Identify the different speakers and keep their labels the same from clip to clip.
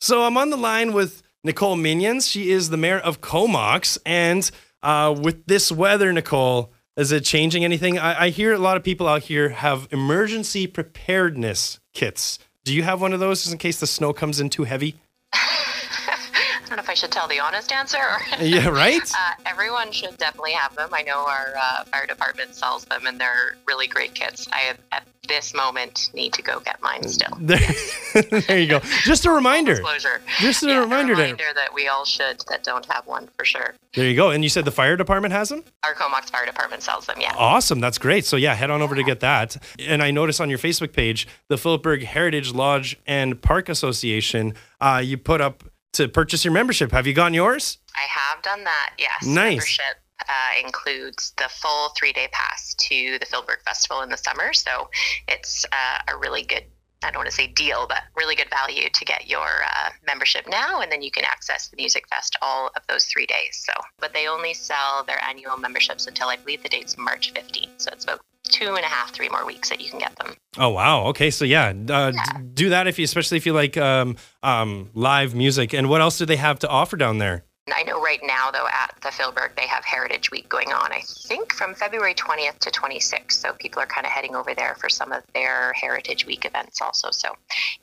Speaker 1: So I'm on the line with Nicole Minions. She is the mayor of Comox. And uh, with this weather, Nicole, is it changing anything? I, I hear a lot of people out here have emergency preparedness kits. Do you have one of those just in case the snow comes in too heavy?
Speaker 2: I don't know if I should tell the honest answer. Or
Speaker 1: Yeah, right?
Speaker 2: uh, everyone should definitely have them. I know our uh, fire department sells them, and they're really great kits. I at this moment need to go get mine still.
Speaker 1: There, there you go. Just a reminder.
Speaker 2: Disclosure.
Speaker 1: Just a
Speaker 2: Yeah,
Speaker 1: reminder. to-
Speaker 2: that we all should that don't have one for sure.
Speaker 1: There you go. And you said the fire department has them?
Speaker 2: Our Comox Fire Department sells them. Yeah.
Speaker 1: Awesome. That's great. So yeah, head on over to get that. And I noticed on your Facebook page, the Philipsburg Heritage Lodge and Park Association, uh, you put up to purchase your membership. Have you gotten yours?
Speaker 2: I have done that. Yes.
Speaker 1: Nice.
Speaker 2: Membership uh, includes the full three day pass to the Philberg Festival in the summer. So it's uh, a really good, I don't want to say deal, but really good value to get your uh, membership now. And then you can access the Music Fest all of those three days. So, but they only sell their annual memberships until I believe the date's March 15th. So it's about two and a half, three more weeks that you can get them.
Speaker 1: Oh wow. Okay. So yeah, uh, d- do that if you, especially if you like um, um, live music. And what else do they have to offer down there?
Speaker 2: I know right now, though, at the Philberg, they have Heritage Week going on, I think from February 20th to 26th. So people are kind of heading over there for some of their Heritage Week events also. So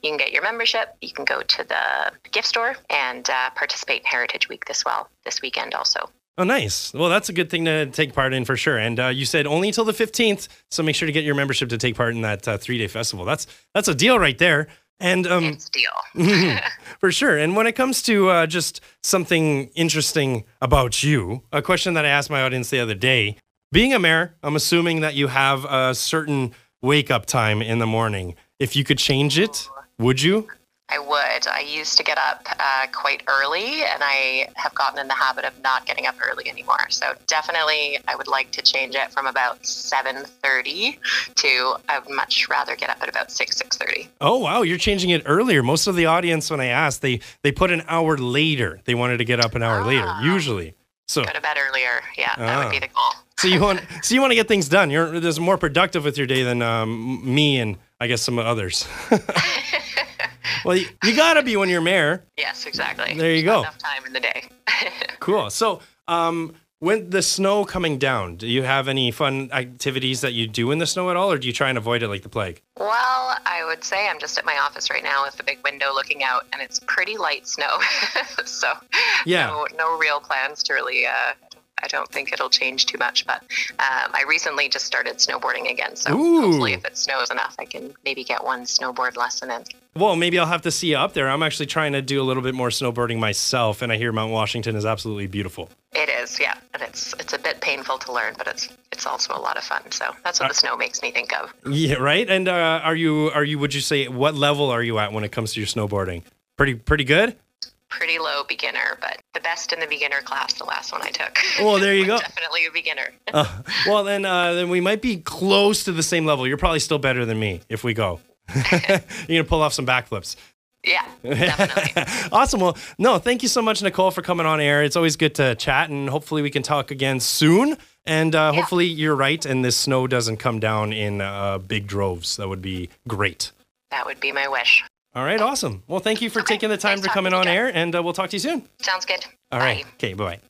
Speaker 2: you can get your membership, you can go to the gift store and uh, participate in Heritage Week this well, this weekend also.
Speaker 1: Oh, nice. Well, that's a good thing to take part in for sure. And uh, you said only until the fifteenth, so make sure to get your membership to take part in that uh, three-day festival. That's that's a deal right there. And um,
Speaker 2: it's a deal.
Speaker 1: For sure. And when it comes to uh, just something interesting about you, a question that I asked my audience the other day being a mayor, I'm assuming that you have a certain wake up time in the morning. If you could change it, would you?
Speaker 2: I would. I used to get up uh, quite early, and I have gotten in the habit of not getting up early anymore. So definitely, I would like to change it from about seven thirty to. I would much rather get up at about six six thirty.
Speaker 1: Oh, wow. You're changing it earlier. Most of the audience, when I asked, they, they put an hour later. They wanted to get up an hour later,
Speaker 2: Ah.
Speaker 1: usually. So,
Speaker 2: Go to bed earlier. Yeah, that
Speaker 1: Ah.
Speaker 2: would be the goal.
Speaker 1: so you want so you want to get things done. You're there's more productive with your day than um, me and I guess some others. well, you, you gotta be when you're mayor.
Speaker 2: Yes, exactly.
Speaker 1: There you
Speaker 2: Not
Speaker 1: go.
Speaker 2: Enough time in the day.
Speaker 1: Cool. So, um, when the snow coming down, do you have any fun activities that you do in the snow at all, or do you try and avoid it like the plague?
Speaker 2: Well, I would say I'm just at my office right now with the big window looking out, and it's pretty light snow. so,
Speaker 1: Yeah.
Speaker 2: no, no real plans to really. Uh, I don't think it'll change too much, but um, I recently just started snowboarding again. So,
Speaker 1: Ooh.
Speaker 2: hopefully, if it snows enough, I can maybe get one snowboard lesson in.
Speaker 1: Well, maybe I'll have to see you up there. I'm actually trying to do a little bit more snowboarding myself, and I hear Mount Washington is absolutely beautiful.
Speaker 2: It is, yeah, and it's it's a bit painful to learn, but it's it's also a lot of fun. So that's what the snow makes me think of.
Speaker 1: Yeah, right. And uh, are you are you would you say what level are you at when it comes to your snowboarding? Pretty pretty good.
Speaker 2: Pretty low beginner, but the best in the beginner class. The last one I took.
Speaker 1: Oh, Well, there you go.
Speaker 2: Definitely a beginner.
Speaker 1: Uh, well, then uh, then we might be close to the same level. You're probably still better than me if we go. You're gonna pull off some backflips.
Speaker 2: Yeah, definitely.
Speaker 1: awesome. Well, no, thank you so much, Nicole, for coming on air. It's always good to chat, and hopefully we can talk again soon. And uh, hopefully you're right, and this snow doesn't come down in uh, big droves. That would be great.
Speaker 2: That would be my wish.
Speaker 1: All right, awesome. Well, thank you for taking the time
Speaker 2: nice
Speaker 1: to come in
Speaker 2: talking
Speaker 1: on
Speaker 2: to you,
Speaker 1: air, and uh, we'll talk to you soon.
Speaker 2: Sounds good.
Speaker 1: All
Speaker 2: Bye.
Speaker 1: right. Okay. Bye bye.